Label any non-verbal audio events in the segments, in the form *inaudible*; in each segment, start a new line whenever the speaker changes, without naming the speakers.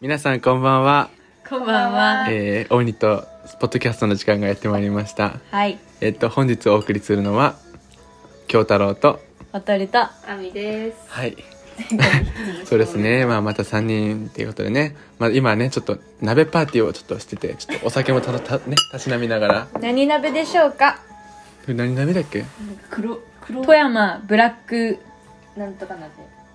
皆さんこんばんは、
こんばんは。
えー、オニとポッドキャストの時間がやってまいりました
はい、
えっと本日お送りするのは京太郎と
おとりと。
あみです。
はい
前回に引き続
*laughs*
き
そうです。ねまあまた3人っていうことでね、まあ、今ねちょっと鍋パーティーをちょっとしててちょっとお酒もたのたねたしなみながら
何鍋でしょうか。
これ何鍋だっけ
黒黒
富山ブラック
なんとかなで。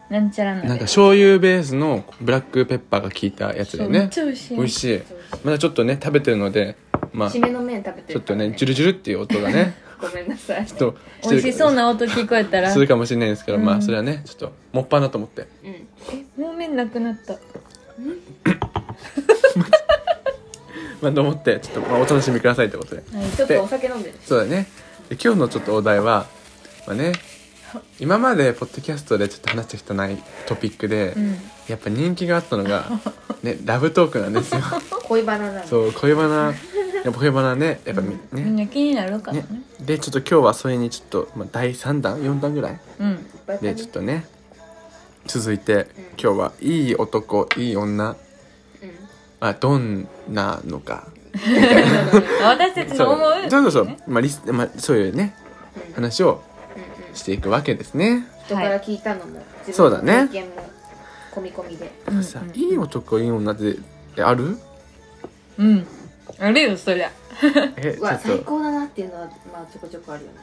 なんちゃら鍋。
なんか醤油ベースのブラックペッパーが効いたやつで
めっ
ね
ちゃ美味しい。
美味しいまだちょっとね食べてるのでまあ
締
ち
めの麺食べて
ょ
る
っと
から、
ねジュルジュルっていう音が
*laughs*
ね
ごめん
*laughs*
なさい。
ちょっと
美味しそうな音聞こえたら。
する
も
かもしれないですけど、ま
う
あ
ん
それはねちょっともっぱなと思って
うん。
う麺なくなった。
まあと思ってちょっとまあお楽しみくださいってことで
はい。
ちょっとお酒飲んでる。
そうだねで今日のちょっとお題はまあね今までポッドキャストでちょっと話した人ないトピックで、
うん。
やっぱ人気があったのがねラブトークなんですよ
*laughs*
恋バナなの。う。
そう恋バナやっぱ恋バナねやっぱみ
みん
ね
な気になるから
ね
ね。
でちょっと今日はそれにちょっと、まあ、第3弾4弾ぐらい
うん。
バタ
で
ミ
ちょっとね続いて今日はいい男いい女
う
まあ、どんなのか
ん。
私たちの思う。
そうそうそう
ね、
まあリスまあ、そういうね
うん
話を
うん
していくわけですね、
人から聞いたのも、自
そう
分
だ
の
ね
経験も込み込みで。
うん
さいい男いい女ってある
うん。あるよそりゃ。
え
うわ
ちょっ
最
と
高だなっていうのはまあちょこちょこあるよね。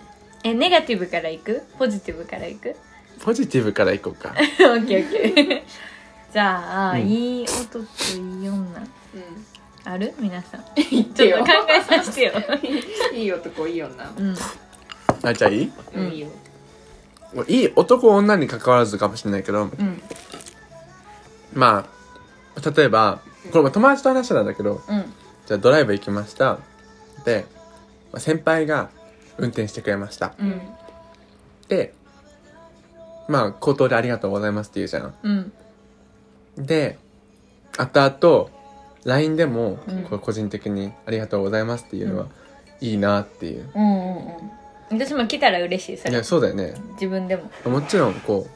えネガティブからいく？ポジティブからいく？ *laughs*
ポジティブからいこうか
オッケーオッケー。 *laughs* じゃあ、
うん
いい男といい女
う
ある皆さん。
ん。 *laughs* 言っ
ち
て
ょっ
よ
と考。えさせ
*laughs*
てよ。
いい男いい女。
うん。
あじゃあいい
うん
いいよ。
もういい男女に関わらずかもしれないけど
うん。
まあ例えばこれまあ友達と話したんだけど
うん。
じゃあドライブ行きましたで、まあ、先輩が運転してくれました
う。
うん
でまあ口頭でありがとうございますって言うじゃん
うん。
で、後々、LINE でも
うん、
こう個人的にありがとうございますっていうの
う
は、いいなっていう。
うんうんうん私も来たら嬉しいそ
い
れ
や、そうだよね。
自分でも
もちろん、こう、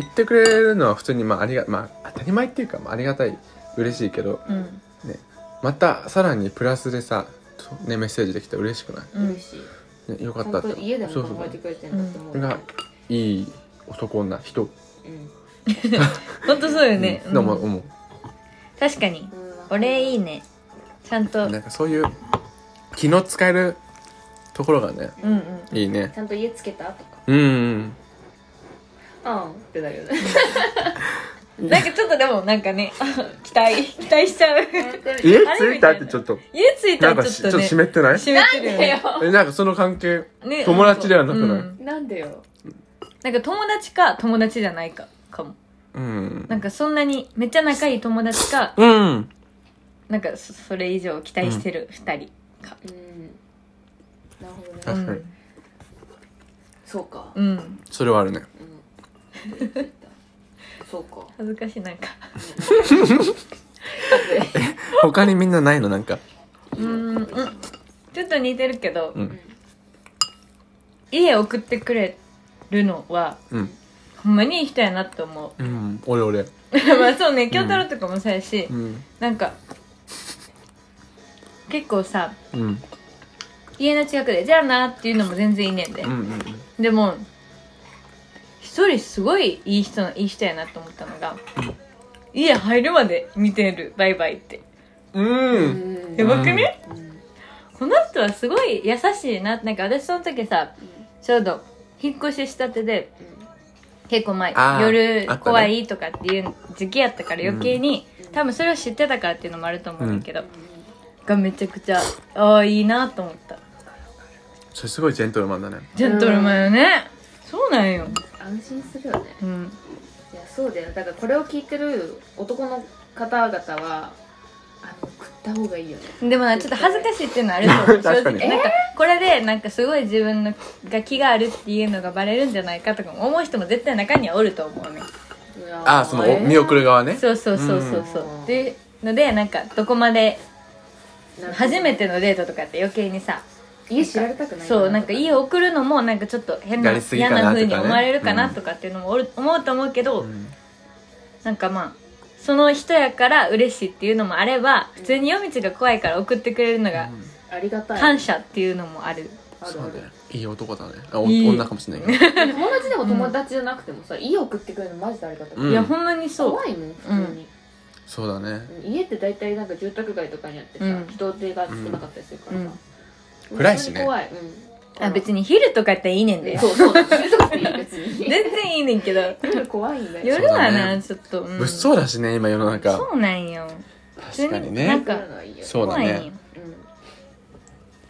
言ってくれるのは普通に、まあ、ありが、まあ、当たり前っていうか、まあ、ありがたい、嬉しいけど、
うん
また、さらにプラスでさ、とね、メッセージできて嬉しくな
うん
嬉しい。
い、ね、よか
ちゃ
っ
ん
たって。
と家でも
そうそう
考えて
そ
くれてるんだと思う。
う。が、いい男女、人、
うん。
本当そうよね、
うんのも
うん
思う。
確かにお礼いいねちゃんとうん
なんかそういう、気の使えるところがね、
うん
いいね。
ちゃんと家つけたとか。
うんうん。
うんってなるよね。
なんかちょっとでもなんかね *laughs* 期待期待しちゃう
え
あれ
ツイッターってちょっと。
家つい
な
た
んからしち
ち
ょ
ょ
っと
っとね
湿ってない
湿ってるよね
えなんかその関係
ね
友達ではなくない
うん
なんでよ。
なんか友達か友達じゃないかかも
うん
なんかそんなにめっちゃ仲いい友達か
うん
なんかそそれ以上期待してる2人か
うん。なるほどね。
う
確かに
ん
そうか。
うん
それはあるね
うん。そうか。
恥ずかしいなんか
他にみんなないのなんか
うんうんちょっと似てるけど、
うん
うん
家送ってくれるのは
うん
ほんまにいい人やなって思う *laughs*
うん俺俺
まあそうね京太郎とかもそうやし、
うん
なんか結構さ
うんうん
家の近くで「じゃあな」っていうのも全然いいねんで、
うん
でも一人すごいいい人ないい人やなと思ったのが、家入るまで見てるバイバイって
うんうん
うん
やばくね、
うん
この人はすごい優しいななんか私その時さちょうど引っ越ししたてで結構前
あー
夜
あったね
怖いとかっていう時期やったから余計に、
うん
多分それを知ってたからっていうのもあると思うんだけど、がめちゃくちゃああいいなと思った
それすごいジェントルマンだね
ジェントルマンよね、そうなんよ
安心するよね。
うん
いやそうだよ。だからこれを聞いてる男の方々はあの食った方がいいよね。
でもなちょっと恥ずかしいっていうのはあると *laughs* 思う
確か
正
に
直なんかこれでなんかすごい自分のが気があるっていうのがバレるんじゃないかとかも思う人も絶対中にはおると思うね
ああそのお見送
る。
る側ね
そうそうそうそうそう
うん
っていうのでなんかどこまで
なんか
初めてのデートとかって余計にさ
家知られたくないな。
そうなんか家を送るのもなんかちょっと変な
やりすぎ
嫌
かなとか
な
ね
風に思われるかなとかっていうのもおる思うと思うけど、
うん
なんかまあその人やから嬉しいっていうのもあれば普通に夜道が怖いから送ってくれるのが
うん
ありがたい
感謝っていうのもある
ある
そ
あ
う
る
ねいい男だねあお
いい
女かもしれないけ
*laughs*
ど
友達でも友達じゃなくてもさ家送ってくれるのマジでありがたい、
うん
いやほんまにそう
怖いもん普通に、
そうだね
家って大体なんか住宅街とかにあってさ、
うん
人手が少なかったりするからさ、
うん
暗いしね
本当に怖い、うん、
あ別
に
に昼とかやったらいいねんで
そうそうだそういうとこでいい別に
全然いいねん
*laughs*
けど
夜怖いんだよ
夜は
そうだ
な、
ね
ちょっと、うん、
物騒だしね今世の中
そうなんよ
確かに
なん
ね
か
夜はいいよ
そうだね
怖いんよ
うん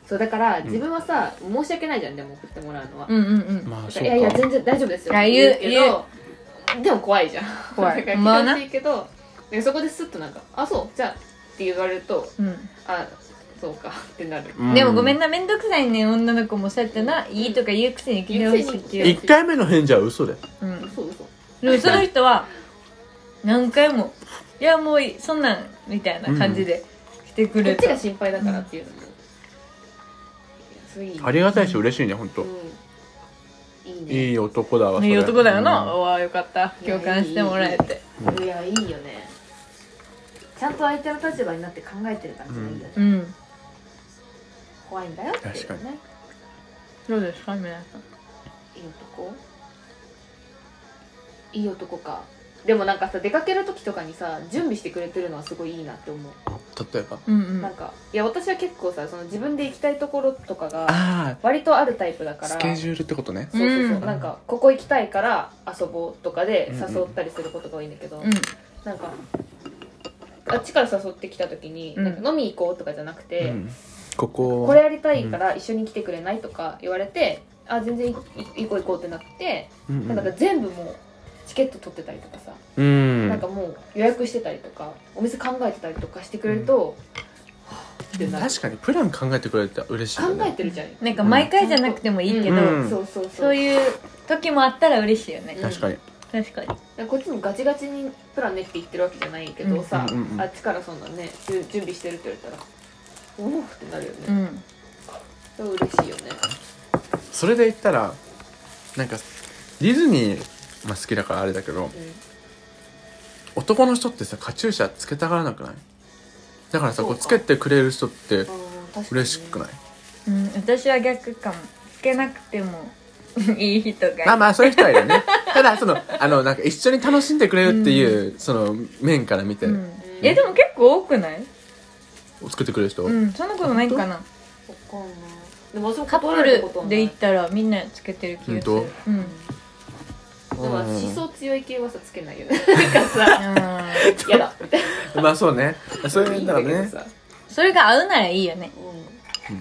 そうだから
ん
自分はさ、申し訳ないじゃんでも送ってもらうのは、
うんうんうん
まあそう
いやいや
か
全然大丈夫ですよ
あ
って
言う
けどでも怖いじゃん
怖い
だ
ほんま
か
は
ら
な
気持ちいいけどでそこですっとなんか「あそうじゃあ」って言われると
う
「あそうか」ってなる
うん
んでもごめんな面倒くさいね女の子もそうやってないいとか言うくせに来てほしいっていう
一回目の返事は嘘で
うん
そうそう
でもその人は何回も「いやもういいそんなん」みたいな感じで来てく
こ
れ
っち
た、
が心配だからっていうのも、そういい
ありがたいし嬉しいね本当
うん、いいね
いい男だわそれ
いい男だよな、
うん
うわよかった共感してもらえて
いやいいよねちゃんと相手の立場になって考えてる感じがいいよね、
うん
怖いんだよっていうね
確か
どうですか皆さん
いい男いい男かでもなんかさ出かける時とかにさ準備してくれてるのはすごいいいなって思う、
例えば
うんう
なん
ん
かいや私は結構さその自分で行きたいところとかが
あ
割とあるタイプだ
あ
から
スケジュールってことね
そうそうそう、
うん
なんかここ行きたいから遊ぼうとかで
うんうん
誘ったりすることが多いんだけど、
うん
なんかあっちから誘ってきた時に、
うん
なんか飲み行こうとかじゃなくて、
うんここ
これやりたいから一緒に来てくれないとか言われて、あ全然いい行こう行こうってなって、
うんうん
なんか全部もうチケット取ってたりとかさ、
うん
なんかもう予約してたりとかお店考えてたりとかしてくれると、はぁってなる
確かにプラン考えてくれたら嬉しいよ
考え
ね
てるじゃん、
なんか毎回じゃなくてもいいけど、
うん
そうそうそう
そういう時もあったら嬉しいよね、
うん
確かに
確かに
こっちもガチガチにプランねって言ってるわけじゃないけどさ、
うんうんうん
あっちからそんなねじゅ準備してるって言われたらおおってなるよ
う
ね、
ん
う嬉しいよね
それで言ったらなんかディズニー、まあ、好きだからあれだけど男の人ってさカチューシャつけたがらなくないだからさ
そう
こ
か
うつけてくれる人って
うん
嬉しくない
い
うん、私は逆かもつけなくてもいい人がいる
まあまあそういう人はいるよ
*laughs*
ねただそのあのなんか一緒に楽しんでくれるっていう、その面から見て、
うん、えでも結構多くない
つけてくれる人、
うんそんなことないんかな
そっかなでも私も
カッ
断
プ
られたことは
ル
な
で
い
行ったらみんなつけてる気がする
ほんと
うん
でも
うん
思想強い系はさつけないよねなんかさ
あー
嫌だ
まあそう
*laughs*
ね *laughs* そうい
いい
うんだ
だ
か
け
ら
ど
ね
さ、
それが合うならいいよね
う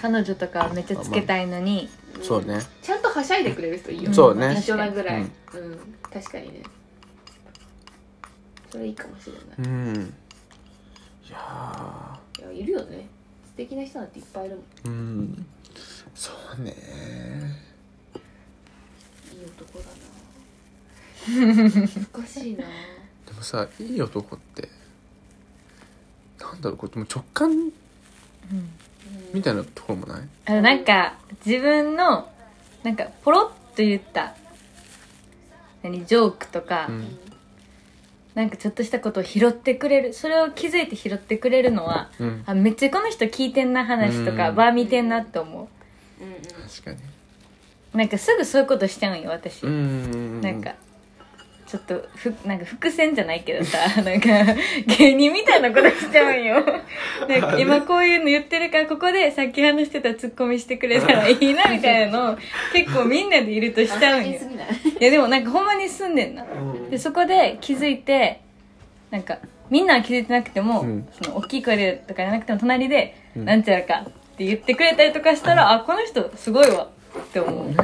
彼女とかはめっちゃつけたいのに、
うん
んそうね
ちゃんとはしゃいでくれる人いいよ
そうね
一緒なぐらい、う
うん
ん確かにねそれいいかもしれない
うんいや
いやいるよね素敵な人なんていっぱいいるもん
ーうんそうね
いい男だな *laughs* 難しいな
でもさいい男ってなんだろうこれでも直感
うん
みたいなところもない
あのなんか自分のなんかポロッと言った何ジョークとか、
うん
なんかちょっとしたことを拾ってくれるそれを気づいて拾ってくれるのは
うん
あめっちゃこの人聞いてんな話とか
うん
バー見てんなって思
うんうん
確かに
うなんかすぐそういうことしちゃうんよ私、
うん
なんかちょっとふなんか伏線じゃないけどさ *laughs* なんか芸人みたいなことしちゃう
*laughs*
んよなんか今こういうの言ってるからここでさっき話してたツッコミしてくれたらいいなみたいなの
*laughs*
を結構みんなでいるとしちゃうんよ
すぎない
いやでもなんかほんまに住んでんな
うん
でそこで気づいてなんかみんなは気づいてなくても、
うん
その大きい声でとかじゃなくても隣で「
うん
なんちゃらか」って言ってくれたりとかしたら、あこの人すごいわって思う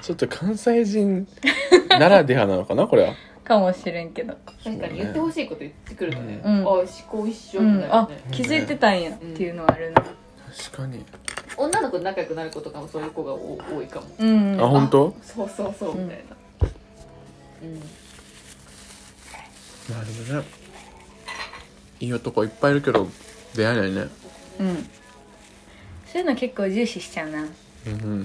ちょっと関西人 *laughs* ならではなのかなこれは
かもしれんけど、
なんかね言ってほしいこと言ってくるとね、
うん
あ思考一緒
う
になんる、よ
あ
ね、
気づいてたんやっていうのはあるな
確かに
女の子と仲良くなる子とかもそういう子が多多いかも
うん、うん
あ本当
あそうそうそうみたいなうん、
なるほどねいい男いっぱいいるけど出会えないね
うんそういうの結構重視しちゃうな
うん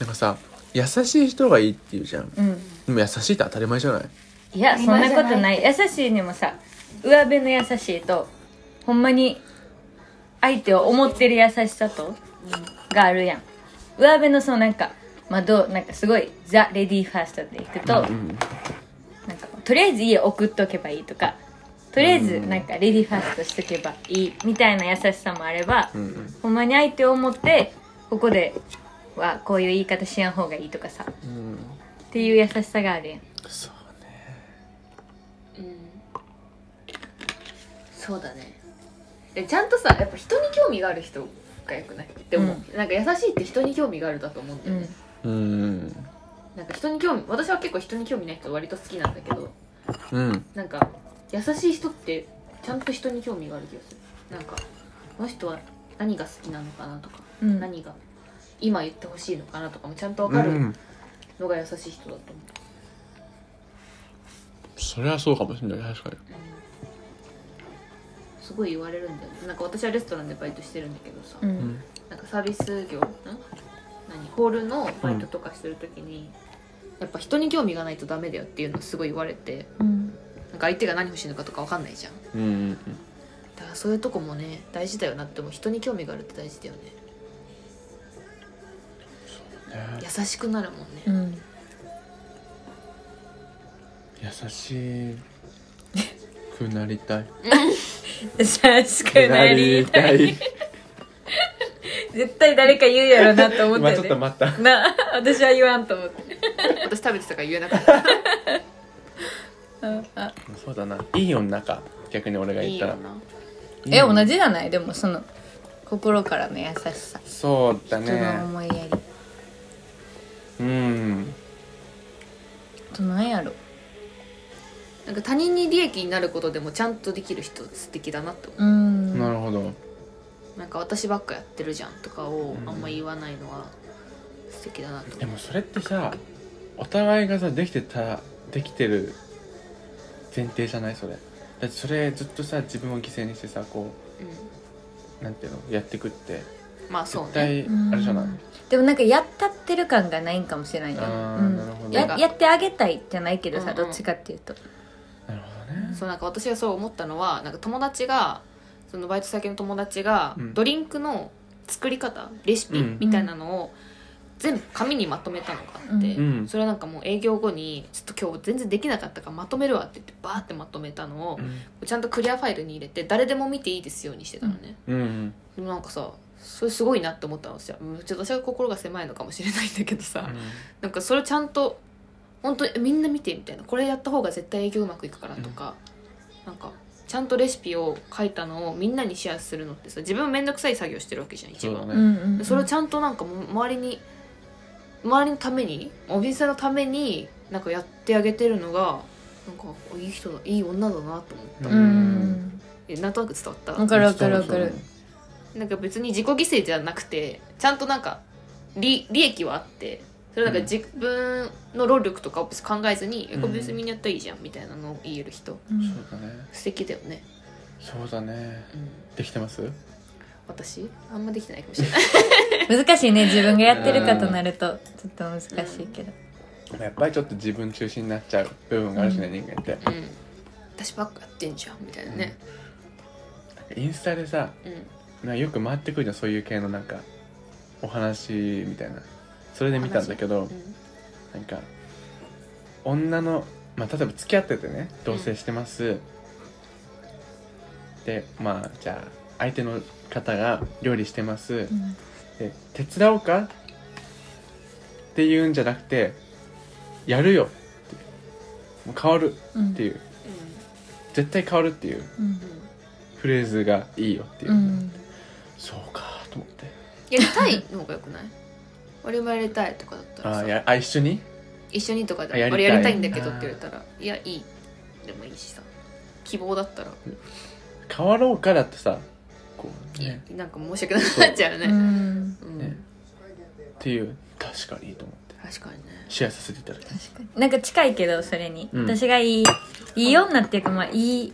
なんかさ優しい人がいいって言うじゃん
うん
でも優しいって当たり前じゃない
いやそんなことない優しいにもさ上辺の優しいとほんまに相手を思ってる優しさとがあるやん上辺のそのなんかまあどうなんかすごいザ・レディーファーストでいくと、
うん
なんかとりあえず家送っとけばいいとかとりあえずなんかレディーファーストしとけばいいみたいな優しさもあれば、
うんうん
ほんまに相手を思ってここではこういう言い方しやん方がいいとかさっ
うん
ていう優しさがあるやん
そうね
うんそうだねでちゃんとさやっぱ人に興味がある人がよくないって思う、なんか優しいって人に興味があるだと思うんだ
う
よ
ん
ね、
うん
なんか人に興味私は結構人に興味ない人割と好きなんだけど
うん
なんか優しい人ってちゃんと人に興味がある気がするなんかこの人は何が好きなのかなとか、
うん
何が今言ってほしいのかなとかもちゃんと
う
分かる
ん
のが優しい人だと思う、
それはそうかもしれない確かに
すごい言われるんだよねなんか私はレストランでバイトしてるんだけどさ、
う
うんん
なんかサービス業ん何ホールのバイトとかしてる時に、やっぱ人に興味がないとダメだよっていうのをすごい言われて
うん
なんか相手が何欲しいのかとか分かんないじゃん
うんうん
だからそういうとこもね大事だよなって思う人に興味があるって大事だよね
ね
優しくなるもんね、
うん
優しくなりたい
確かなり
た *laughs* い
絶対誰か言うやろなと思っ
今
た
ち
よ
ょっと
ね
待 *laughs* った
な私は言わんと思って
私食べてたから言えなかった
うんあ
そうだないい女か逆に俺が
い
*laughs* 言
い
ったら
よな
え
いい女
同じじゃないでもその心からの優しさ
そうだ
人の
ね
思いやり
うん
あとなんやろ
なんか他人に利益になることでもちゃんとできる人素敵だなって思
うん
なるほど
うなんか私ばっかやってるじゃんとかを
うん
あんま言わないのは素敵だなと思
でもそれってさお互いがさできてたできてる前提じゃないそれだってそれずっとさ自分を犠牲にしてさこ
う、
うなんていうのやってくって
うん、まあそう
絶
ね
対あれじゃない、
うんでもなんかやったってる感がないんかもしれないね
あー
うん
なるほど
ややってあげたいじゃないけどさ、
うんうん
どっちかっていうと
なるほどね
そうなんか私がそう思ったのはなんか友達がそのバイト先の友達が
うん
ドリンクの作り方レシピ
うん
みたいなのを全部紙にまとめたのがあって、
うんうん
それはなんかもう営業後にちょっと今日全然できなかったからまとめるわって言ってバーってまとめたのをちゃんとクリアファイルに入れて誰でも見ていいですようにしてたのね、
うんうん
でもなんかさそれすごいなって思ったんですようんちょっと私は心が狭いのかもしれないんだけどさ、なんかそれちゃんと本当にみんな見てみたいなこれやった方が絶対営業うまくいくからとか、なんかちゃんとレシピを書いたのをみんなにシェアするのってさ自分面倒くさい作業してるわけじゃん一
そう
番
だ
う
ね、
んうん、う
で
ん、
それをちゃんとなんかもう周りに周りのためにお店のためになんかやってあげてるのがなんかいい人だいい女だなと思った、
うんうん
えなんとなく伝わった、
わかるわかるわかる
なんか別に自己犠牲じゃなくてちゃんとなんか利利益はあってそれなんか
うん
自分の労力とかを別に考えずに、
うん
えこれ別にみんなやったらいいじゃんみたいなのを言える人
うん
そうだね
素敵だよね、
そうだね
うん、
できてます
私あんまできてないかもしれない *laughs*
難しいね自分がやってるかとなるとちょっと難しいけど
やっぱりちょっと自分中心になっちゃう部分があるしね、人間って
うん私ばっかやってんじゃんみたいなね、
なんかインスタでさ
うん
なんかよく回ってくるじゃんそういう系のなんかお話みたいなそれで見たんだけど
うん
なんか女の、まあ、例えば付き合っててね同棲してます、でまあじゃあ相手の方が料理してます、
うん
で手伝おうかって言うんじゃなくてやるよってもう変わる
うん
っていう絶対変わるっていう
うん
うんうん
フレーズがいいよっていう、
うん
そうかと思って
やりたいの方がよくない *laughs* 俺もやりたいとかだったら
あ
さ
あやあ一緒に
一緒にとか
あ
で
やりたい
俺やりたいんだけどって言われたらいやいいでもいいしさ希望だったら
変わろうかだってさこうね
なんか申し訳なくなっちゃう
う
ね、
ん
うん
ねっていう確かにと思って
確かにね
シェアさせていただきます
確かになんか近いけどそれに、
うん
私がいいいい女っていうかまあいい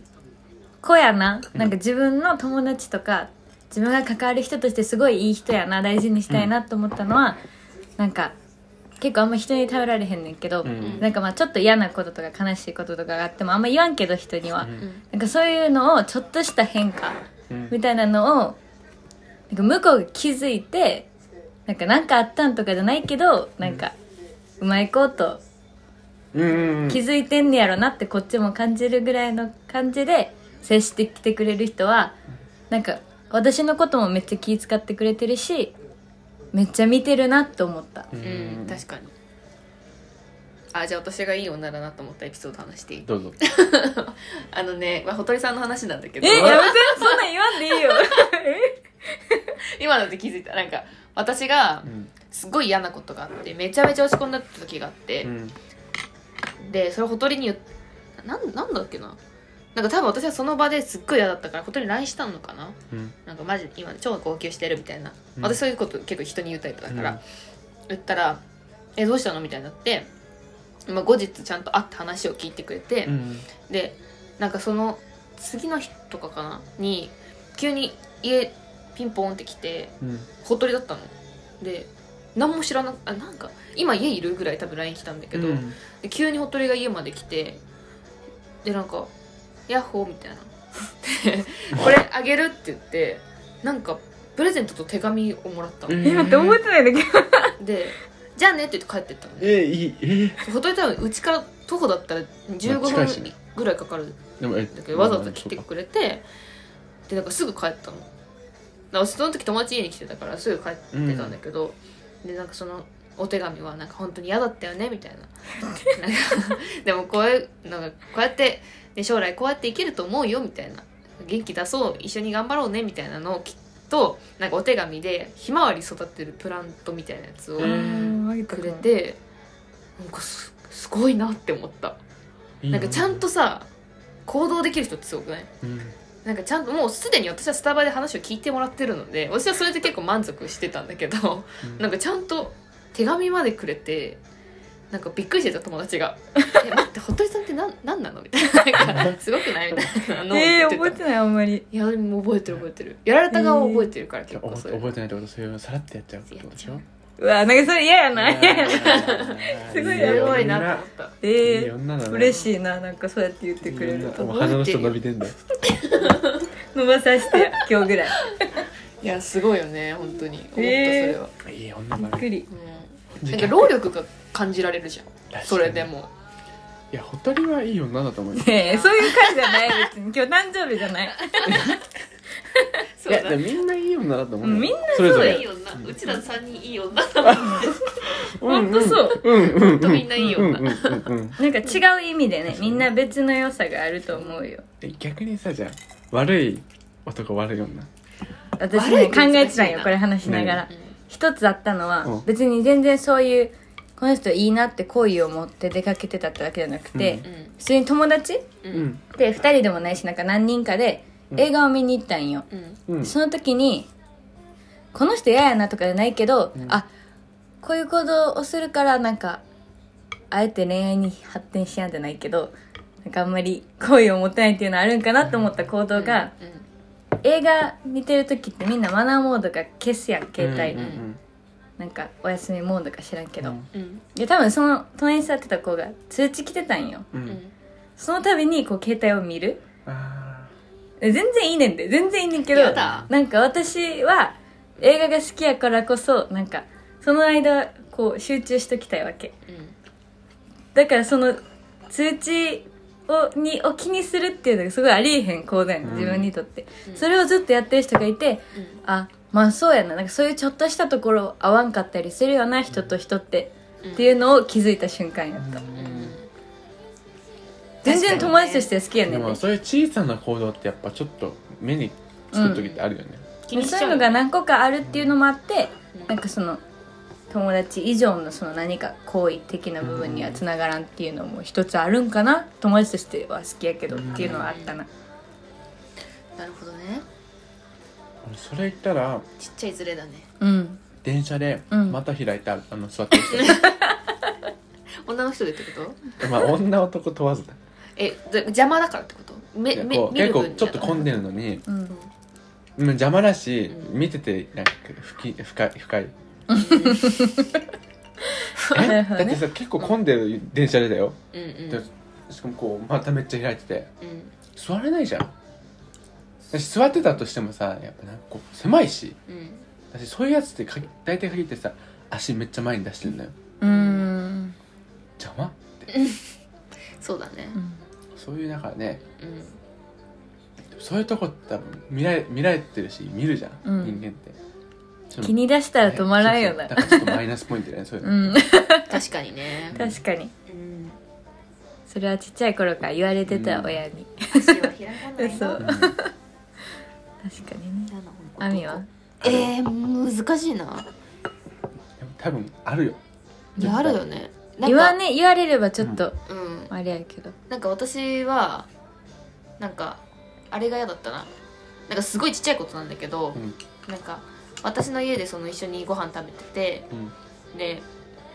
子やな、
うん
なんか自分の友達とか自分が関わる人としてすごいいい人やな大事にしたいなと思ったのは、なんか結構あんま人に頼られへんねんけど、
うん
なんかまあちょっと嫌なこととか悲しいこととかがあってもあんま言わんけど人には、
うん
うん
なんかそういうのをちょっとした変化
うん
みたいなのをなんか向こうが気づいてなんかなんかあったんとかじゃないけどなんかうまいこと
うんうんうん
気づいてんねやろなってこっちも感じるぐらいの感じで接してきてくれる人はなんか私のこともめっちゃ気遣ってくれてるしめっちゃ見てるなって思った
う
うん、確かにあじゃあ私がいい女だなと思ったエピソード話していい
どうぞ
あのね、まあ、ほとりさんの話なんだけど
えやめてそんなん言わんでいい
*laughs*
よ
今だって気づいたなんか私が
うん
すごい嫌なことがあってめちゃめちゃ落ち込んだ時があって、
うん
でそれほとりに言っなんなんだっけななんか多分私はその場ですっごい嫌だったからほとりに LINE したのかな
うん
なんかマジ今超号泣してるみたいな、
うん
私そういうこと結構人に言うタイプだから、
うん
言ったら「えどうしたの?」みたいになって、まあ、後日ちゃんと会って話を聞いてくれて、
うん
でなんかその次の日とかかなに急に家ピンポンって来て
うん
ほっとりだったので何も知らなあなんか今家いるぐらい多分 LINE 来たんだけど、
うん
で急にほっとりが家まで来てでなんか「ヤッホー」みたいな「これあげる」って言ってなんかプレゼントと手紙をもらったの、
うん
え待って思ってないんだ *laughs* けど
で「じゃあね」って言って帰ってったのね
えいいえ
ほっとり多分うちから徒歩だったら15
まあ近いしね
分ぐらいかかる
でもえ
だけどわざわざ来てくれてでなんかすぐ帰ったのだからその時友達家に来てたからすぐ帰ってたんだけど、でなんかそのお手紙はなんか本当に嫌だったよねみたいな *laughs* なんかでもこういうなんかこうやって、ね、将来こうやって生きると思うよみたいな元気出そう一緒に頑張ろうねみたいなのをきっとなんかお手紙でひまわり育てるプラントみたいなやつを
ううん
くれて、なんかすすごいなって思ったなんかちゃんとさ行動できる人ってすごくない
うん
なんかちゃんともうすでに私はスタバで話を聞いてもらってるので私はそれで結構満足してたんだけどなんかちゃんと手紙までくれてなんかびっくりしてた友達が「え待って堀りさんってなんなんなの?」みたいななんか「すごくない?」みたいなの
*laughs*
を
えー、
言ってた、
覚えてないあんまり
いやでも覚えてる覚えてるやられた側を覚えてるから結構
覚
そ
え
れ、
覚えてないってことそういうのさらってやっちゃうってことでしょ
うわなんかそれ嫌やな嫌やな
す
すごい
すごいなと思った
え
いい
ー、
女だな
嬉しいななんかそうやって言ってくれる
いい女
と
お鼻の下伸びてんだよ
伸ばさせてや今日ぐらい
*laughs*
いやすごいよね本当に思ったそ
えー
れは、
いい女
びっ
だ
く
ね
り
うん、なんか労力が感じられるじゃんそれでも
いやほとりはいい女だと思うよ
ねえそういう感じじゃない別に今日誕生日じゃない
そ
いやでもみんないい女だと思うよ
うんみんな
それぞ
そう
れ
だよ
女うちら3人いい女
うんうん
ほんとそう
うんうんうん
ほんとみんないい女
うんうんうんうん
なんか違う意味でねみんな別の良さがあると思うよ
え逆にさじゃあ悪い男悪い女
私ね考
悪い
え
難しいな
てたんよこれ話しながら
うん
一つあったのは、
うん
別に全然そういうこの人いいなって好意を持って出かけてたってわけじゃなく
う
て、
ん
うん
普通に友達
う
うんん
で2人でもないしなんか何人かで
うん
映画を見に行ったんよ、
うん
うん
その時にこの人嫌やなとかじゃないけど、
うん
あこういう行動をするからなんかあえて恋愛に発展しやんじゃないけどなんかあんまり好意を持てないっていうのあるんかなと思った行動が、映画見てる時ってみんなマナーモードが消すやん携帯、
うんうん
なんかお休みモードか知らんけど、
うん
うん
で多分その隣に座ってた子が通知来てたんよ
うん
う
うん
ん
その度にこう携帯を見る
あ
全然いいねんで全然いいねんけど
やだ
なんか私は映画が好きやからこそなんかその間こう集中しときたいわけだからその通知をにを気にするっていうのがすごいありえへん行動やねん
うん
自分にとって、
うん
それをずっとやってる人がいてあまあそうやななんかそういうちょっとしたところ合わんかったりするよな人と人って、
うん
っていうのを気づいた瞬間や
ー
った、
うん
全然友達としては好きや
うん
ね
で
んね
もそういう小さな行動ってやっぱちょっと目につく時ってあるよね
気
そう
にしち
い
ゃ
う
う
のが
な
何個かあるっていうのもあって、
うん
なんかその友達以上のその何か好意的な部分にはつながらんっていうのも一つあるんかな友達としては好きやけどっていうのはあったな、
なるほどね
俺それ言ったら
ちっちゃいズレだね
うん、
電車で
うん
また開いた、あの座ってる
女の人でってこと
人まあ女男問わずだ
えで邪魔だからってことめ
いや
め
こう
見る
結構
分
ちょっと混んでるのに
うん
うん邪魔だし、
う
見ててなんかふき深い深いえ
なるほ
だ
どね
ってさ結構混んでる電車でだよ、
うんうん
でしかもこうまためっちゃ開いてて
うん
座れないじゃん私座ってたとしてもさやっぱなんかこう狭いし
うん
私そういうやつってか大体限ってさ足めっちゃ前に出してんだよ
うーん
邪魔
そうだね
うん
そういうなんかね
うん
そういうとこって多分見られ見られてるし見るじゃん、
うん
人間ってその
気に出したら止まらんよ
ね
な
そうそうだからちょっとマイナスポイントだよねそういうの、
うん
確かにね
確かに
うん
それはちっちゃい頃から言われてた
うん
親に
足は開かない
嘘
な
うん
確かにね
嫌な男
亜美は
えー、難しいな
でも多分あるよ
いやあるよねなん
言わ
か
ね言われればちょっと
うん
あれやけど
なんか私はなんかあれが嫌だったななんかすごいちっちゃいことなんだけど、
うん
なんか私の家でその一緒にご飯食べてて
うんうん
で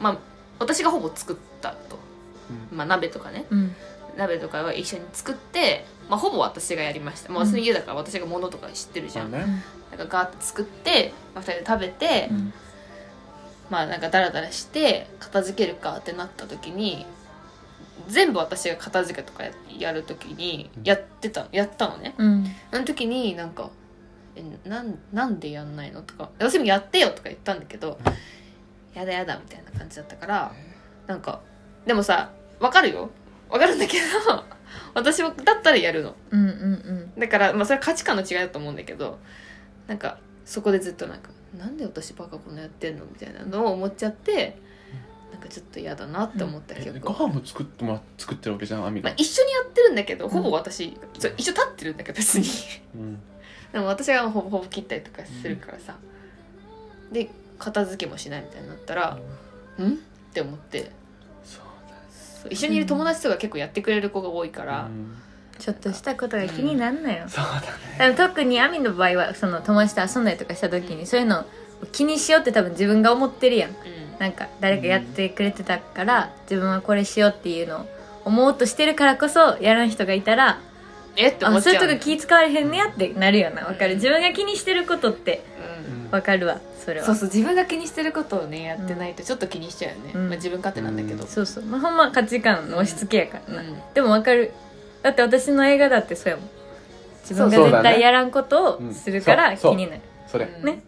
まあ私がほぼ作ったと、まあ、鍋とかね
うん
鍋とかは一緒に作って、まあ、ほぼ私がやりました、まあ、
うん
私の家だから私が物とか知ってるじゃん、
まあね
なんかガーッと作って、まあ、2人で食べて、
ん
まあなんかダラダラして片付けるかってなった時に全部私が片付けとかややる時に
うん
やってたやったのね
うん
あの時になんか「えなんなんでやんないの?」とか「私もやってよ」とか言ったんだけど「やだやだ」みたいな感じだったからなんかでもさわかるよわかるんだけど *laughs* 私はだったらやるの
うんうん
だから、まあ、それは価値観の違いだと思うんだけどなんかそこでずっとなんか「なんで私バカこんなやってんの?」みたいなのを思っちゃってなんかちょっと嫌だなって思った
え
記憶
ご
は、
飯も作ってもら作ってるわけじゃんアミ
ま
が
あ、、一緒にやってるんだけどほぼ私、そう一緒立ってるんだけど別に
うん
でも私がほぼほぼ切ったりとかするからさ、で片付けもしないみたいになったら「ん?」って思って
そう
そう一緒にいる友達とか結構やってくれる子が多いか
だ
ら、
うん
ちょっとしたことが気になんなよ、
そうだね
多分特にアミの場合はその友達と遊んだりとかした時にそういうのを気にしようって多分自分が思ってるやん
うん
なんか誰かやってくれてたから自分はこれしようっていうのを思おうとしてるからこそやらん人がいたら
えって思
あ
っち
そういう
ゃう
とこ気使われへんねやってなるよなわかる自分が気にしてることって
うん
うん
わかるわそれは
そうそう自分が気にしてることをねやってないとちょっと気にしちゃうよね、
うん
まあ、自分勝手なんだけど、
そうそうまあ、ほんま価値観の押し付けやからな、
うん
でもわかるだって私の映画だってそうやもん自分が
そう
絶
だね
対やらんことをするから
うん
気
そうそう
になる
それ、
うん
ね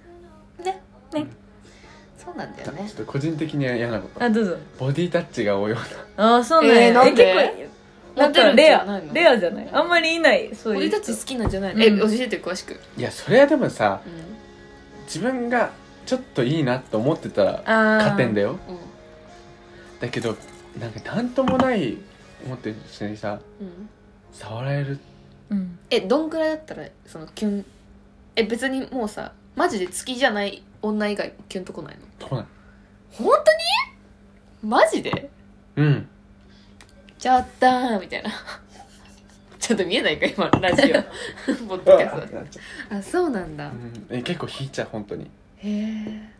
ね
ね
うん
そうなんだ
ちょ
よね
っと個人的に嫌なこと
あどうぞ
ボディタッチが多いよ
ああそうなんや、
えーなんで
結構なんかレアレアじゃないあんまりいないそういう
俺
人
たち好きなんじゃないの、
うん
え教えて詳しく、
うないやそれはでもさ
うん
自分がちょっといいなと思ってたら
あー
勝てんだよ
うん
だけどなんか何ともない思ってる人にさ
うん、
触られる
うん
えどんくらいだったらそのキュンえ別にもうさマジで月じゃない女以外キュンとこないの
とこない
本当にマジで
うん
ちょっとーみたいな *laughs* ちょっと見えないか今ラジオ *laughs* ポッドキャストあそうなんだ、
うんえ結構引いちゃう本当に
へえ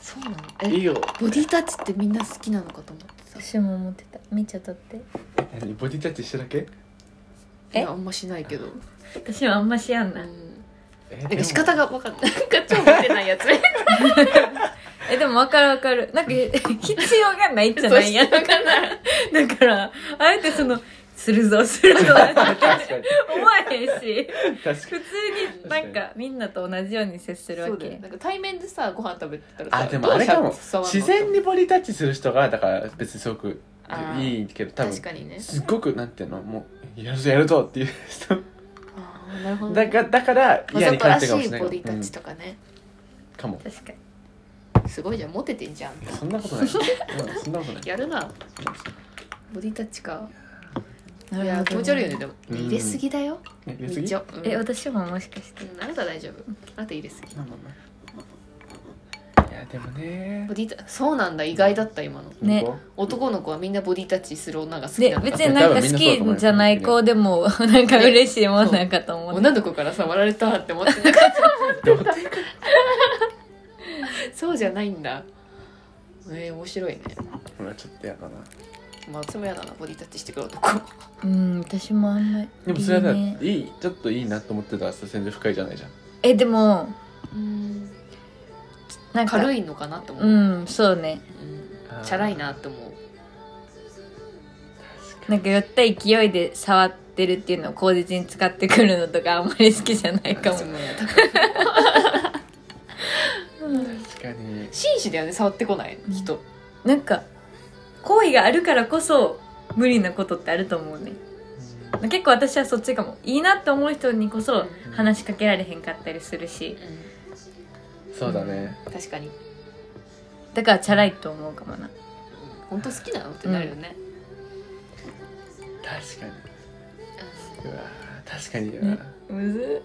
そうなのえ
いいよ
ボディタッチってみんな好きなのかと思ってさ
私も思ってたみちゃとって
何ボディタッチしてるだけ
い
え
やあんましないけど、
私もあんましやん
う、
なん
え
なん
で
か
も
仕方が分かんないなんか超見てないやつ *laughs*
えでも分かる分かるなんか必要がないじゃないや
そ
だ
う必要がな
からあえてそのするぞするぞ
確
っ
か
て思わへんし
に確か
普通になんかみんなと同じように接する
*laughs* そ
わ
うだよ
け
なんか対面でさご飯食べてたらさ
あでもあれかも
どうしたら伝わるの
自然にボディタッチする人がだから別にすごく
あー
いいけど多分
確かにね
すっごくなんていうのもうやるぞやるぞっていう人
あーなるほど
だ
ね
かだから
わ
嫌
ざ
に
とら
感
し
じるかもしれ
い
ない
ボディタッチ
か
とかね、
かも
確かに
すごいじゃんモテてんじゃん
いやそんなことないうんそんなことない
やるなボディタッチかい
なる
や
ほど
気持ち悪いよねでも、
うん
入れすぎだよ
ね入れす
み
ぎ
ちょ、うん
え私ももしかして
うんあなた大丈夫あなた入れすぎ
まあまあまあいやでもね
ボディタそうなんだ意外だった今の
ね
本
男の子はみんなボディタッチする女が好き
で
なんだ
別になんか好きじゃない子でもなんか嬉しいもんなんかと思って
女の子からさ笑われたって思ってな
*laughs*
かった
当どうって
そうじゃないんだえー、面白いね
これはちょっとやだな
まあそもやだなボディタッチしてくる男
うん私もあんまり
でもそれはだ
いいね
いいちょっといいなと思ってたらさ全然深いじゃないじゃん
えでも
うん
なんか
軽いのかなって思う、
うんそうね
うん
あー
チャラいなって思う
なんか寄った勢いで触ってるっていうのを口実に使ってくるのとかあんまり好きじゃないかも
私もね
確かに
紳士だよね触ってこない人、
なんか好意があるからこそ無理なことってあると思うね結構私はそっちかもいいなって思う人にこそ話しかけられへんかったりするし
う
そうだね
ん確かに
だからチャラいと思うかもな
本当好きなのってなるよね、
確かにうわー確かに
ね
な
むず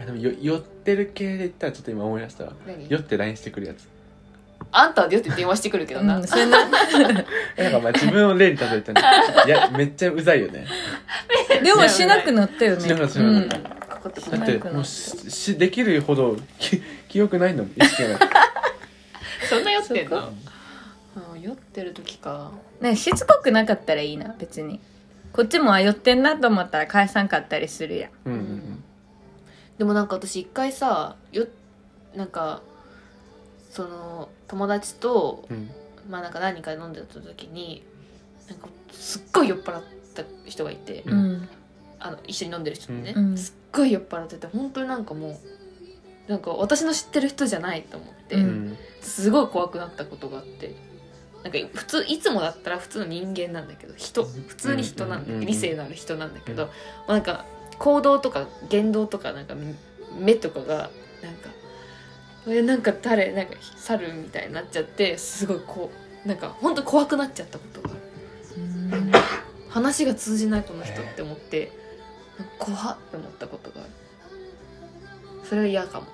あでもよ寄ってる系で言ったらちょっと今思い出したわ
何
寄って LINE してくるやつ
あんたはよって電話してくるけどな、
うん、それな
えなんかまあ自分を例に例えたんだいやめっちゃうざいよね
でもしなくなったよね
しなくなったし
う
なく
ん
なっ
かかってこ
だ
な
っ
い
てもうししできるほどき記憶ないんだもん意識がない
そんな酔ってん
そ
のうん酔ってる時か
ねしつこくなかったらいいな別にこっちもあ寄ってんなと思ったら返さんかったりするやん
うんうんうん
でもなんか私一回さよなんかその友達と
うん
まあなんか何人か飲んでた時になんかすっごい酔っ払った人がいて、
うん
あの一緒に飲んでる人とね、
うん
すっごい酔っ払ってて本当になんかもうなんか私の知ってる人じゃないと思って、
う
うんん
すごい怖くなったことがあってなんか普通いつもだったら普通の人間なんだけど人普通に人なんだけ
うんうんうんう
ど
ん
理性のある人なんだけど、
うん
まあなんか行動とか言動とかなんか目とかがなんかえなんか誰なんか猿みたいになっちゃってすごいこうなんか本当怖くなっちゃったことがある
うん
話が通じないこの人って思ってなんか怖っって思ったことがあるそれは嫌かも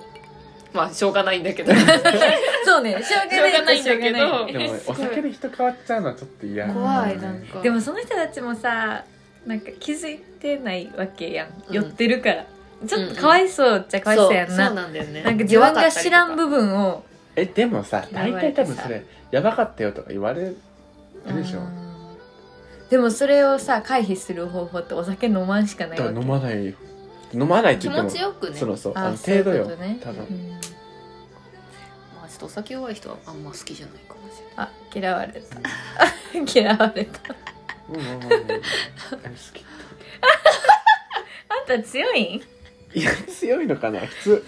まあしょうがないんだけど
そうねしょう
しょ
が
うが
な
ないいんだけど
しょうがない
でもお酒で人変わっちゃうのはちょっと嫌
怖いなんか
でもその人たちもさなんか気づいてないわけやん、
うん
寄ってるからちょっとかわいそうっちゃかわいそうやんな,、
そうそうなんだよね
なんか自分が知らん部
分
分を
えでもさ大体多分
やばいとか
それやばかったよとか言われるでしょ
うんでもそれをさ回避する方法ってお酒飲まんしか
だ
ない
か
わ
ら
け
飲まないよ飲まないって
気
言って
持
も
ちよくね
そのそう
あ
あの
そういう
程
こ
度
と
よ
ね
多
う
分
ん
まあちょっとお酒弱い人はあんま好きじゃないかもしれない
あ嫌われた嫌われた *laughs*
うんうんうんうん好
あんた強いん
きいや強いのかな普通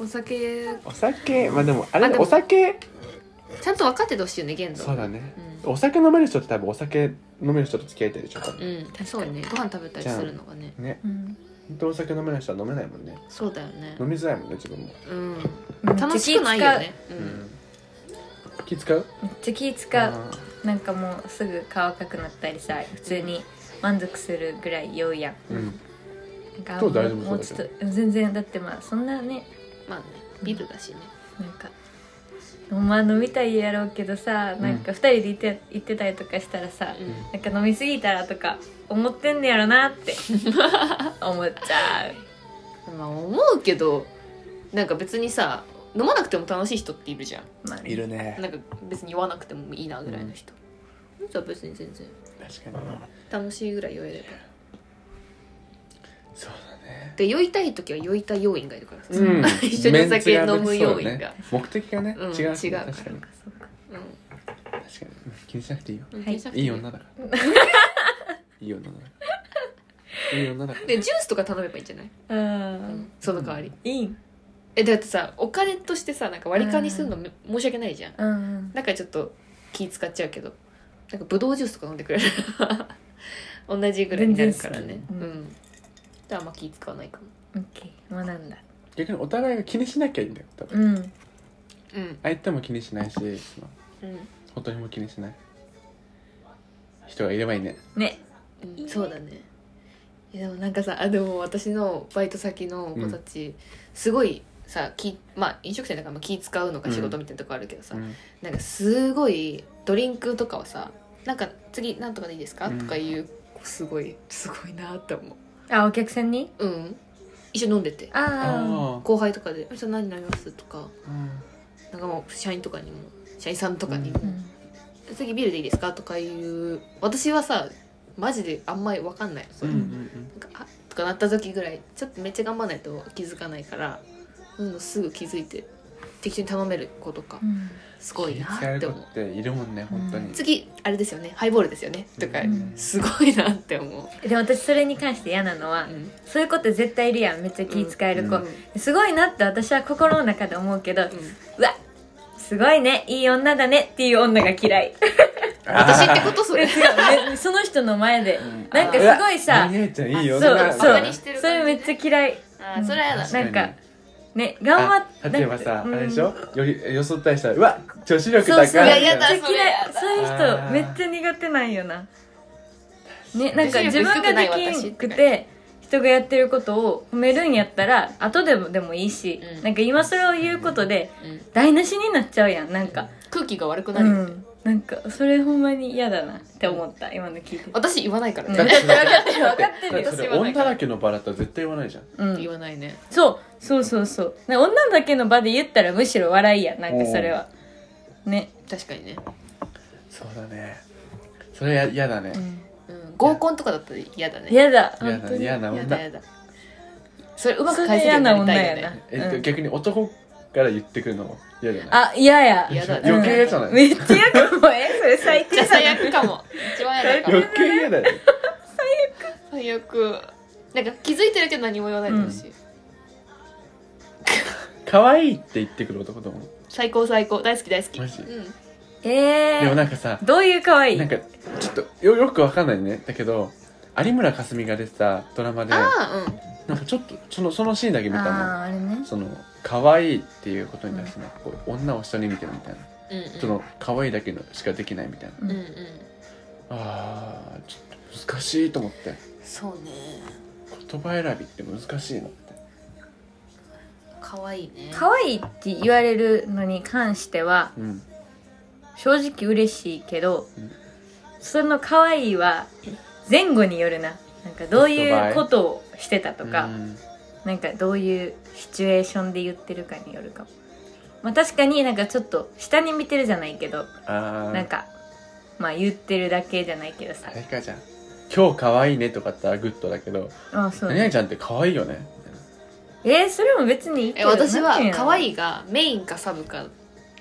お酒
お酒まあでもあれ
あでも
お酒
ちゃんと分かっててほしいよね限度
そうだね
う
お酒飲める人って多分お酒飲める人と付き合えてるでしょ多分
ん、うん、そうねご飯食べたりするのがね
ね
うん
本当お酒飲めない人は飲めないもんね
そうだよね
飲みづらいもんね自分も
うん
めっちゃ
楽しくないよねう
うんん気使う
気使うめっちゃ気使う
あ
なんかもうすぐ顔赤くなったりさ普通に満足するぐらい酔うやん
ーうん
なんか
そう大丈夫
もうち
そ
ょ
う
っ
だ
と全然だってまあそんなね
まあねビールだしね
なんかまあ飲みたいやろうけどさなんか2人でいて行ってたりとかしたらさ、
うん
なんか飲みすぎたらとか思ってんねやろなって
*laughs*
思っちゃう
まあ思うけどなんか別にさ飲まなくても楽しい人っているじゃん
まあね
いるね
なんか別に酔わなくてもいいなぐらいの人、じゃあ別に全然
確かに
楽しいぐらい酔えれば
そうだね
で酔いたい時は酔いたい要員がいるからさ、
うん
*laughs* 一緒にお酒飲む
メンツが別にそ
要
うだね
員が
目的がね
う
違
ん
うし
違うから
確かに
そうか
う
確かに気にしなくていいよ
ん
はい
うん
いい女だからいい女だからいい女だから
でジュースとか頼めばいいんじゃない、
あー
その代わり
いいん
えだってさお金としてさなんか割り勘にするのめ申し訳ないじゃん
うん
だからちょっと気使っちゃうけどなんかブドウジュースとか飲んでくれる *laughs* 同じぐらいになるからね
全
う
然好き
んだからあんま気使わないかも
オッケー学んだ
逆にお互いが気にしなきゃいいんだよ多分
うん
うん
相手も気にしないしその
うん
本当にも気にしない人がいればいいね
ね
うんそうだねいやでもなんかさあでも私のバイト先の子たち、すごいさ気まあ飲食店だからまあ気使うのか仕事みたいなとこあるけどさ、
うん
なんかすごいドリンクとかはさなんか次なんとかでいいですか、
うん
とかいうすごいすごいなって思
あお客さんに
ううん一緒に飲んでて
あ
あ
後輩とかで「それ何になります?」とか
あうん
なんかもう社員とかにも社員さんとかにも
あ、うん
「次ビールでいいですか?」とかいう私はさマジであんまり分かんないのそ
うん
れ、
う
なん
ん
かあとかなった時ぐらいちょっとめっちゃ頑張らないと気づかないからそういうのすぐ気づいて適当に頼める子とか
うん
すごいな
気遣え
って
る子
思う
っているもんね本当に、
うん
次あれですよねハイボールですよねとか
うん
すごいなって思う、
でも私それに関して嫌なのは、
うん
そういうこと絶対いるやんめっちゃ気使える子、
うん
すごいなって私は心の中で思うけど、う
うん
わすごいねいい女だねっていう女が嫌い
私ってことそれ *laughs*
違うめその人の前で、
ん
なんかすごいさ
お姉ちゃんいいよ
そう
な
そう
バカにしてる感じね
それめっちゃ嫌い
あーそれはやだ
な
確か
んか
に
ね頑張
あ
っ
例えばさ、
なんか
あれでし
うん
ょよりよそったりしたらうわ女子力高
そう
い
そう
いや嫌だ
めっちゃ嫌い
そ
そういう人めっちゃ苦手なんよなねなんか
私
自分ができんくて人がやってることを褒めるんやったら後でもでもいいし、
うん
なんか今それを言うことで
うん
台無しになっちゃうやんなんか
空気が悪くな
う
るよね、
んなんかそれほんまに嫌だなって思った今の聞いて
私言わないから
だっ
ね
てだ
分かって
っ
る
て
よ
それ女だらけの場だったら絶対言わないじゃん
うん
言わないね
そうそうそうそうな女だけの場で言ったらむしろ笑いやんなんかそれはね、
確かにね、
そうだねそれや嫌だね、
うん
うん、合コンとかだったら嫌だね
嫌だ
嫌
本
だ
当に
嫌な
や
女
だやだそれうま
そ
く
れ
返せるよ
嫌
うにな
な
り
女
たいよ
や
ね
な、
えっと、逆に男から言ってくるのも嫌じゃない
あ嫌や
嫌だね
余計じゃない、
めっちゃ嫌かもえそれ最低
じゃあ
じゃ
最
ない
悪かも一番嫌だかも
余計嫌だよ
最悪なんか気づいてるけど何も言わないでほしい、
可愛いって言ってくる男とも
最高最高大好き大好き
マジ
うん
え
でも
ー、
なんかさ
どういう可愛い
なんかちょっとよよくわかんないねだけど有村架純が出てたドラマでな
ああ
んかちょっとそのそのシーンだけ見
あ
た
あーあれね
のその可愛いっていうことに対してなんかこう女を下に見てるみたいな
うんうん
その可愛いだけのしかできないみたいな
うんうん
あーちょっと難しいと思って
そうね
言葉選びって難しいなって
可愛いね
可愛いって言われるのに関しては
うん
正直嬉しいけど、
うん
その可愛いは前後によるななんかどういうことをしてたとか、
うん
なんかどういうシチュエーションで言ってるかによるかもまあ確かになんかちょっと下に見てるじゃないけど
あ
なん
あ
かまあ言ってるだけじゃないけどさ
あれかじゃん今日可愛いねとかだったらグッドだけど
ああそう
何
ね
々ちゃんって可愛いよね
えー、それも別にいいけ
え
ど
私は可
い、
愛いがメインかサブか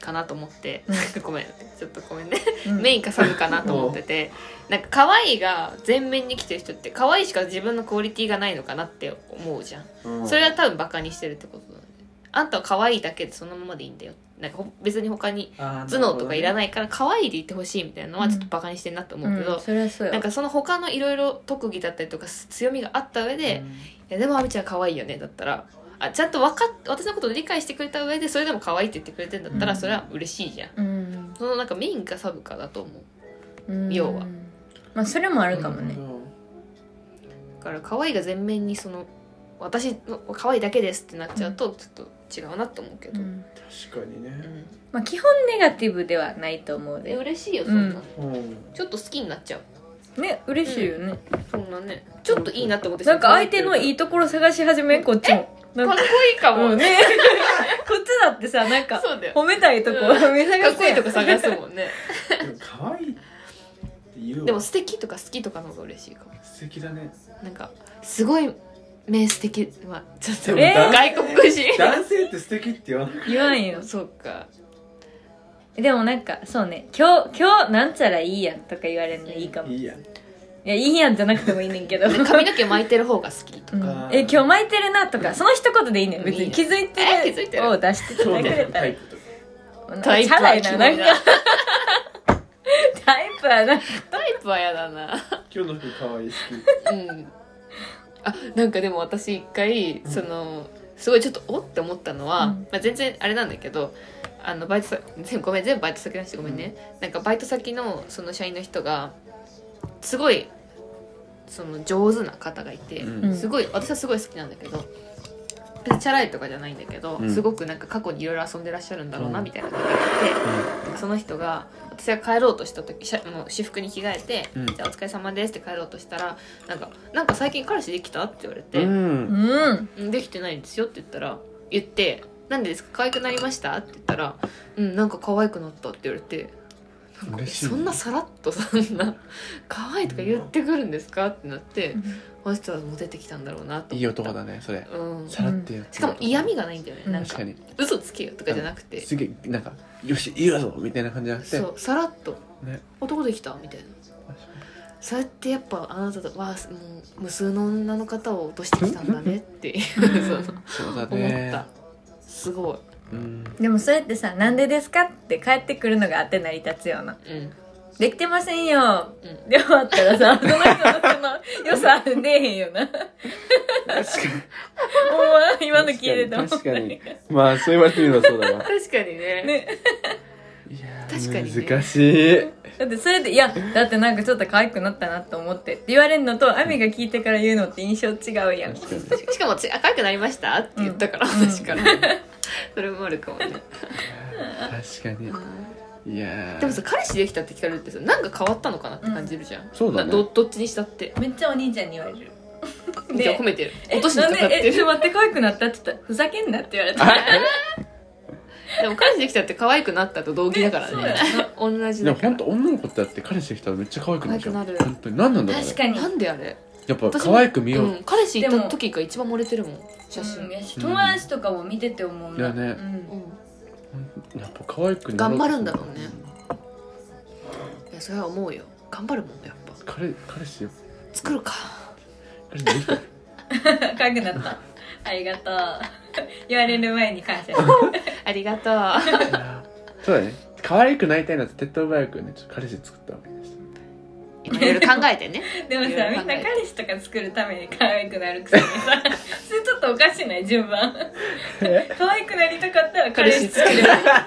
かなと思ってごめんちょっとごめんね
うん
メインかサブかなと思っててなんか可愛いが前面に来てる人って可愛いしか自分のクオリティがないのかなって思うじゃんそれは多分バカにしてるってことなんであんたは可愛いだけでそのままでいいんだよなんかほ別に他に頭脳とかいら
い
ないから可愛いでいてほしいみたいなのはちょっとバカにしてんなと思うけど、
うん、それはそうよ
なんかその他のいろいろ特技だったりとか強みがあった上で「いやでも亜美ちゃん可愛いよね」だったらあちゃんとわかっ私のことを理解してくれた上でそれでも可愛いって言ってくれてんだったら
うん
それは嬉しいじゃん、
うん、
そのなんかメインかサブかだと思う
うん
要は
まあそれもあるかもね、
だから可愛いが前面にその私の可愛いだけですってなっちゃうとちょっと違うなって思うけ
う
ど、
ん
確かに
う
ね
ん
まあ基本ネガティブではないと思う
え
で
嬉しいよそんな、
うん
*laughs*
うん
ちょっと好きになっちゃう
ね嬉しいよね、
そんなねちょっといいなって思って
なんか相手のい
い
いところ探し始めんこっちもな
か
ん
っこいいかも、
うんね *laughs* こっちだってさなんか
そうだよ
褒めたいとこ
うん
*laughs* 褒め探
かっ
す
こい
や
い
ん
とこ探すもんね
でも可愛いって言うわ
*laughs* でも素敵とか好きとかの方が嬉しいかも
素敵だね
なんかすごい目素敵まあちょっと、
えー
外国人
男性って素敵って言わない
*laughs* 言わんよ
そうか
でもなんかそうね今日今日なんちゃらいいやんとか言われるのいいかもい
いいや
*laughs*
ん
やいいやんじゃなくてもいいねんけど、
で *laughs* 髪の毛巻いてる方が好きと
う
か、
んえ今日巻いてるなとかその一言でいいねん別
いい
に
ね
気づいて
え気づいてる
るを出してきてくれたら
プとか
なんか
タイ
チ
プ
ャラ
はい
な
君
なん
だ
かタイプはなんか
タイプは嫌だな
今日の服可愛い好
うんあなんかでも私一回そのすごいちょっとおって思ったの
う
は、
ん
まあ、全然あれなんだけどあのバイトさ *laughs* 全ごめん全部バイト先の人ごめんね、なんかバイト先のその社員の人がすごいその上手な方がいて、
うん
すごい私はすごい好きなんだけど別にチャラいとかじゃないんだけど、
うん
すごくなんか過去にいろいろ遊んでらっしゃるんだろうな
うん
みたいなのがあって。その人が私が帰ろうとした時しゃもう私服に着替えて「
うん
じゃあお疲れ様です」って帰ろうとしたらなんか「なんか最近彼氏できた?」って言われ
きう
て
うんん
「うんできてないんですよ」って言ったら言って「なんでですか可愛くなりました?」って言ったら「うんなんか可愛くなった」って言われて
嬉しい
そんなさらっとそんな「可愛いとか言ってくるんですか?」ってなって「この人はモテてきたんだろうなと思った
いい男だねそれ
うん
さらってやって
しかも嫌味がないんだよね、
うん
なん
確
か
かに
嘘つけよとかじゃなくて、
すげえなんかよしいいわぞみたいな感じじゃなくて
そうさらっと
ね
「男できた?」みたいな
確か
そうやってやっぱあなたはもう無数の女の方を落としてきたんだねっていう *laughs* その
にそうだ
思っ
ね
たすごい
うん
でもそれってさ「なんでですか?」って帰ってくるのがあって成り立つような
うん
「できてませんよ
うん」
で終わったらさその人のその良さ出えへんよな
確かに
ほんま今の聞いてたもん
確かにまあそう言われてみればそうだわ
確かにね
ね、
いやー
確かにね
難しい
だってそれで「いやだってなんかちょっと可愛くなったなと思って」って言われるのとアミが聞いてから言うのって印象違うやん
確かに
ししかも私「赤くなりました?」って言ったから、
うん
私から、 *laughs* それもあるかもね、
確かにいやー
でもさ彼氏できたって聞かれるってさなんか変わったのかなって感じるじゃん、
そうだね
どどっちにしたって
めっちゃお兄ちゃんに言われる
じゃあ褒めてる
え
落としにかかっ
なんで
て
えちょ
る
っと待って可愛くなったって言ったらふざけんなって言われた
あ
でも彼氏できたって可愛くなったと同義だから
ね
ね同じ
で
だ
も
から
本当女の子ってだって彼氏できたらめっちゃ可愛くなるじゃん
可愛くなる
本当に何なんだろうね
確かに
なんであれ
やっぱ可愛く見よう、
ん、彼氏いた時が一番漏れてるもん写真、
うんやし友達とかも見てて思うな
うんだよね
うん
う
やっぱ可愛くな
頑張るんだろうねん、いやそれは思うよ頑張るもんやっぱ
彼彼氏よ
作るか
彼氏できた
可愛くなったありがとう言われる前に感 *laughs* 謝
ありがと
い
う
やーそうだね可愛くなりたいなって手っ取り早くねちょっと彼氏作ったわけです
いろいろ考えてね
でもさみ
い
ん
ろいろ考えて
な彼氏とか作るために可愛くなるくせにさ *laughs* それちょっとおかしない順番可愛くなりたかったら彼
彼
氏
氏
作
作
る
る *laughs* だか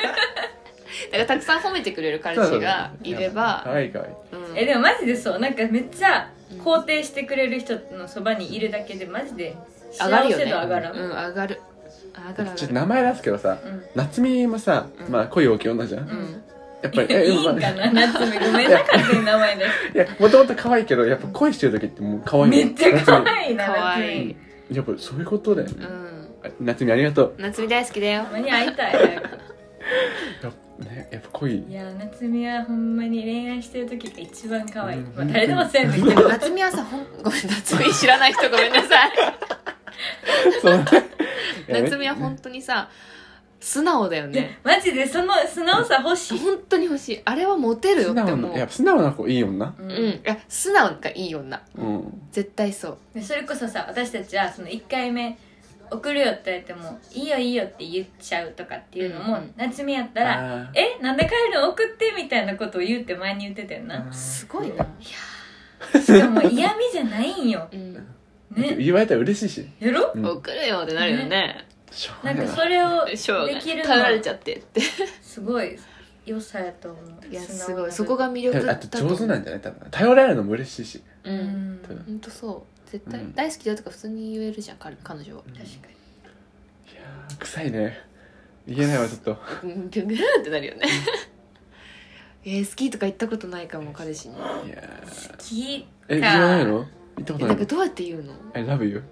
らたくさん褒めてくれる彼氏がいれ
可
ば
愛い可愛い
うん
えでもマジでそうなんかめっちゃ
うん
肯定してくれる人のそばにいるだけでマジで幸
上がるよ
せ
ね
度上がらん、
うん上がる上がる
ちょっと
上がる
名前出すけどさ
うん
夏美もさ、
うん
まあ恋大きい女じゃん、
う
や
ん
っぱり
いいんかな夏目ごめんな勝手に名前で
いやもともと可愛いけどやっぱ恋してる時ってもう可愛い
めっちゃ可
夏
愛いな
かわ
夏
い
美
い
美やっぱそういうことだよ
う
ね、
ん
夏美ありがとう
夏美大好きだよ
たまに会いたい早く
やっぱ,、ね、やっぱ恋
いや夏美はほんまに恋愛してる時って一番可愛い、
うん
まあ、誰でもせんねんけど
夏美はさほん *laughs* ごめん夏美知らない人ごめんな
*laughs*
さい
そう
夏美は本当にさ素直だよね
マジでその素直さ欲しい、
本当に欲しいあれはモテるよ
素
って
直
思
な
う
やっぱ素直な子いい女
う
うんんいや素直がいい女
うん
絶対そう
でそれこそさ私たちはその1回目送るよって言われても「いいよいいよ」って言っちゃうとかっていうのも、
うんうん
夏美やったら
あ
「えなんで帰るの送って」みたいなことを言うって前に言ってたよな
*laughs* ー
すごいな、
しかも嫌味じゃないんよ
うん、
ね
言われたら嬉しいし、
やろ
うん
送るよってなるよね
しょう
な
がな
ん
い
か
な
それをで
しょうがない
きる
頼られ
の
ちゃってって
すごい良さやと思う
い
い
やすごいそこが魅力
あ
だ
と
と
上手なんじゃない多分頼られるのも嬉しいし、
う
うんん
うん
ほんとそう絶対、
うん
大好きだとか普通に言えるじゃん彼彼女は
うん、いや
確かに
ー臭いね言えないわちょっと
うんギュンギュンってなるよねえー、好きとか言ったことないかも彼氏に
いやー
聞い
え言わないの言ったこと
えな
なんい
か
の
どうやって言うの
I love you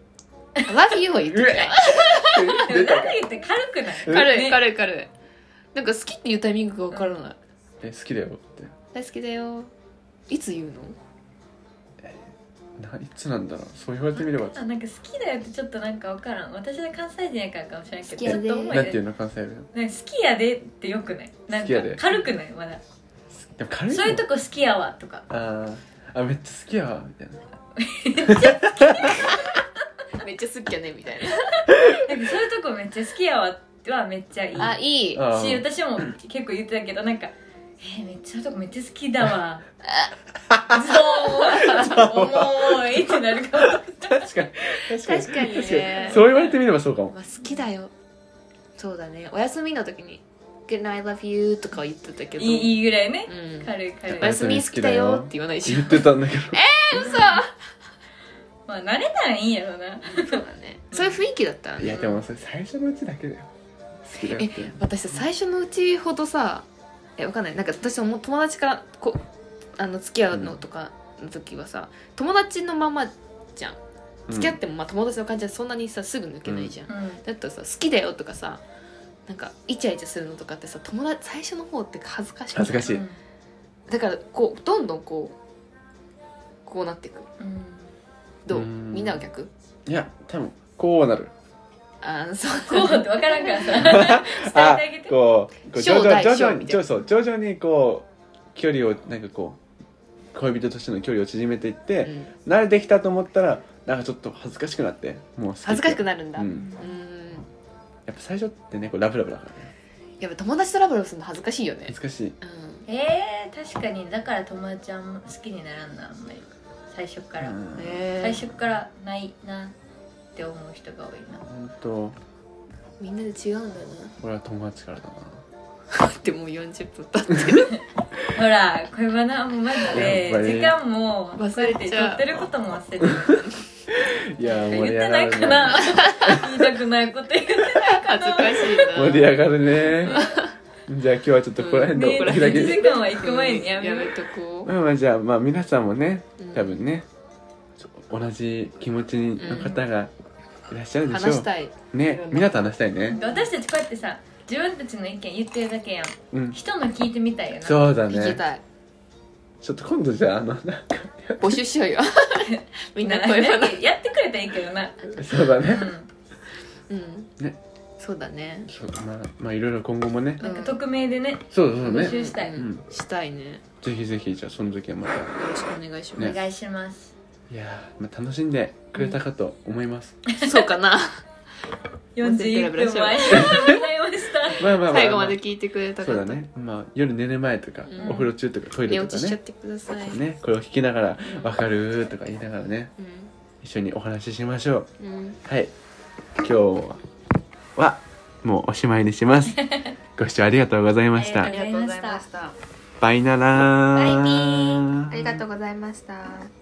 Love you は言ってた
でもラグビーって軽くない
え
軽
ね
い軽い軽いなんか好きっていうタイミングが分からない
え好きだよって
大好きだよいつ言うの
ないつなんだろうそう言われてみれば
あなんか好きだよってちょっとなんか分からん私は関西人やからかもしれんけど
好きやで
ちょっと思い
なんて
出
いう
す
の関西弁
なんか好きやでってよくないな
好
んか
きやで
軽くないまだ
でも軽いの
そういうとこ好きやわとか
あーあめっちゃ好きやわみたいな
めっちゃ好きやねみたい
なんかそういうとこめっちゃ好きやわはめっちゃいい
なあいいあ
あ
し
ー
私も結構言ってたけどなんか「えー、めっちゃそういうとこめっちゃ好きだわ」そう重いってなるかも
確かに確かに
確かにね
確そう言われてみればそうかも
まあ、好きだよそうだねお休みの時に「Good night love you」とかは言ってたけど
いいいいぐらいね
うん、
軽い軽い
お休み好きだよって言わない *laughs* し
言ってたんだけど
まあ慣れたらいいんやろな
そうだねそういう雰囲気だったら
いや
ね
でもそれ最初のうちだけだよ好きだよって
私さ最初のうちほどさえわかんないなんか私も友達からこあの付き合うのとかの時はさ友達のままじゃん付き合ってもまあ友達の感じはそんなにさすぐ抜けないじゃん、
うん
だったらさ好きだよとかさなんかイチャイチャするのとかってさ友達最初の方って恥ずかしくない
恥ずかしい
だからこうどんどんこうこうなっていく
うん
どう
うん
みんなは逆
いや多分こうなる
あーそう
こうって分からんからさ伝えてあげて
こうこう徐
小
々
大
徐
小
々
み
に
たい
徐
な
々徐々にこう距離をなんかこう恋人としての距離を縮めていって、
うん
慣れてきたと思ったらなんかちょっと恥ずかしくなってもう
恥ずかしく
な
なるんだ
う
うんん
やっぱ最初ってねこうラブラブだからね
やっぱ友達とラブラブするの恥ずかしいよね
難しい
うん
えー、確かにだから友達あんま好きにならんなあんまり最初から、
うん
え
最初からないなって思う人が多いな
ほんと
みんなで違うんだよ
俺は友達からだな
なってもう40分経って
ほら恋バナもマジで
やっぱり
時間も忘
忘
れ
れ
て
ち
撮
ゃ
っ
う
てることも忘れてる
いやー
言
盛
っ
り
て
上が
な
る
い
ね
かな *laughs* 言いたくないこと言ってないか
恥ず
な
か
盛
しい
り
な
上がるねじゃあ今日はちょっとここら辺で
ね
お
うん
開きで
え1
す、
時間は行く前にやめ
や
よう
め
*laughs*
とこ
まあまあじゃあまあ皆さんもね
う、うん
多分ねちょ同じ気持ちの方がいらっしゃるでしょ
話し
う、
たい
ねみんなと話したいね
私たちこうやってさ自分たちの意見言ってるだけやん
うん
人の聞いてみたいよな
そうだ
聞き
ね
たい
ちょっと今度じゃああのなんか
募集しようよ
*laughs* み
みん
んな
な声
な *laughs*
バ
ん
ナ
かやってくれたらいいけどな
そうだ
う
ね、
ん
うん
ね
そうだね
そうまあまあいろいろ今後もね
なんか匿名でね
そうそう
募
ね
集したい、
う
うんん
したいね
ぜひぜひじゃあその時はまた
よろしくお願いし
お
ま
願いします
いやー、まあ、楽しんでくれたかと思います、
す、そうかな
41分もありがとう *laughs* ございました
まあまあまあ、まあ、
最後まで聞いてくれた
そ
方
うだね、まあ、夜寝る前とか、
うん
お風呂中とかトイレ
寝
と
落ち
か
しちゃっ
ね
てください、
ねこれを聞きながら「わかる」とか言いながらね一緒にお話ししましょう
うんうん。
はい今日はもうおしまいにします *laughs* ご視聴ありがとうございまし
あ
た
りがとうございました
バイナラー
バイビー
ありがとうございました。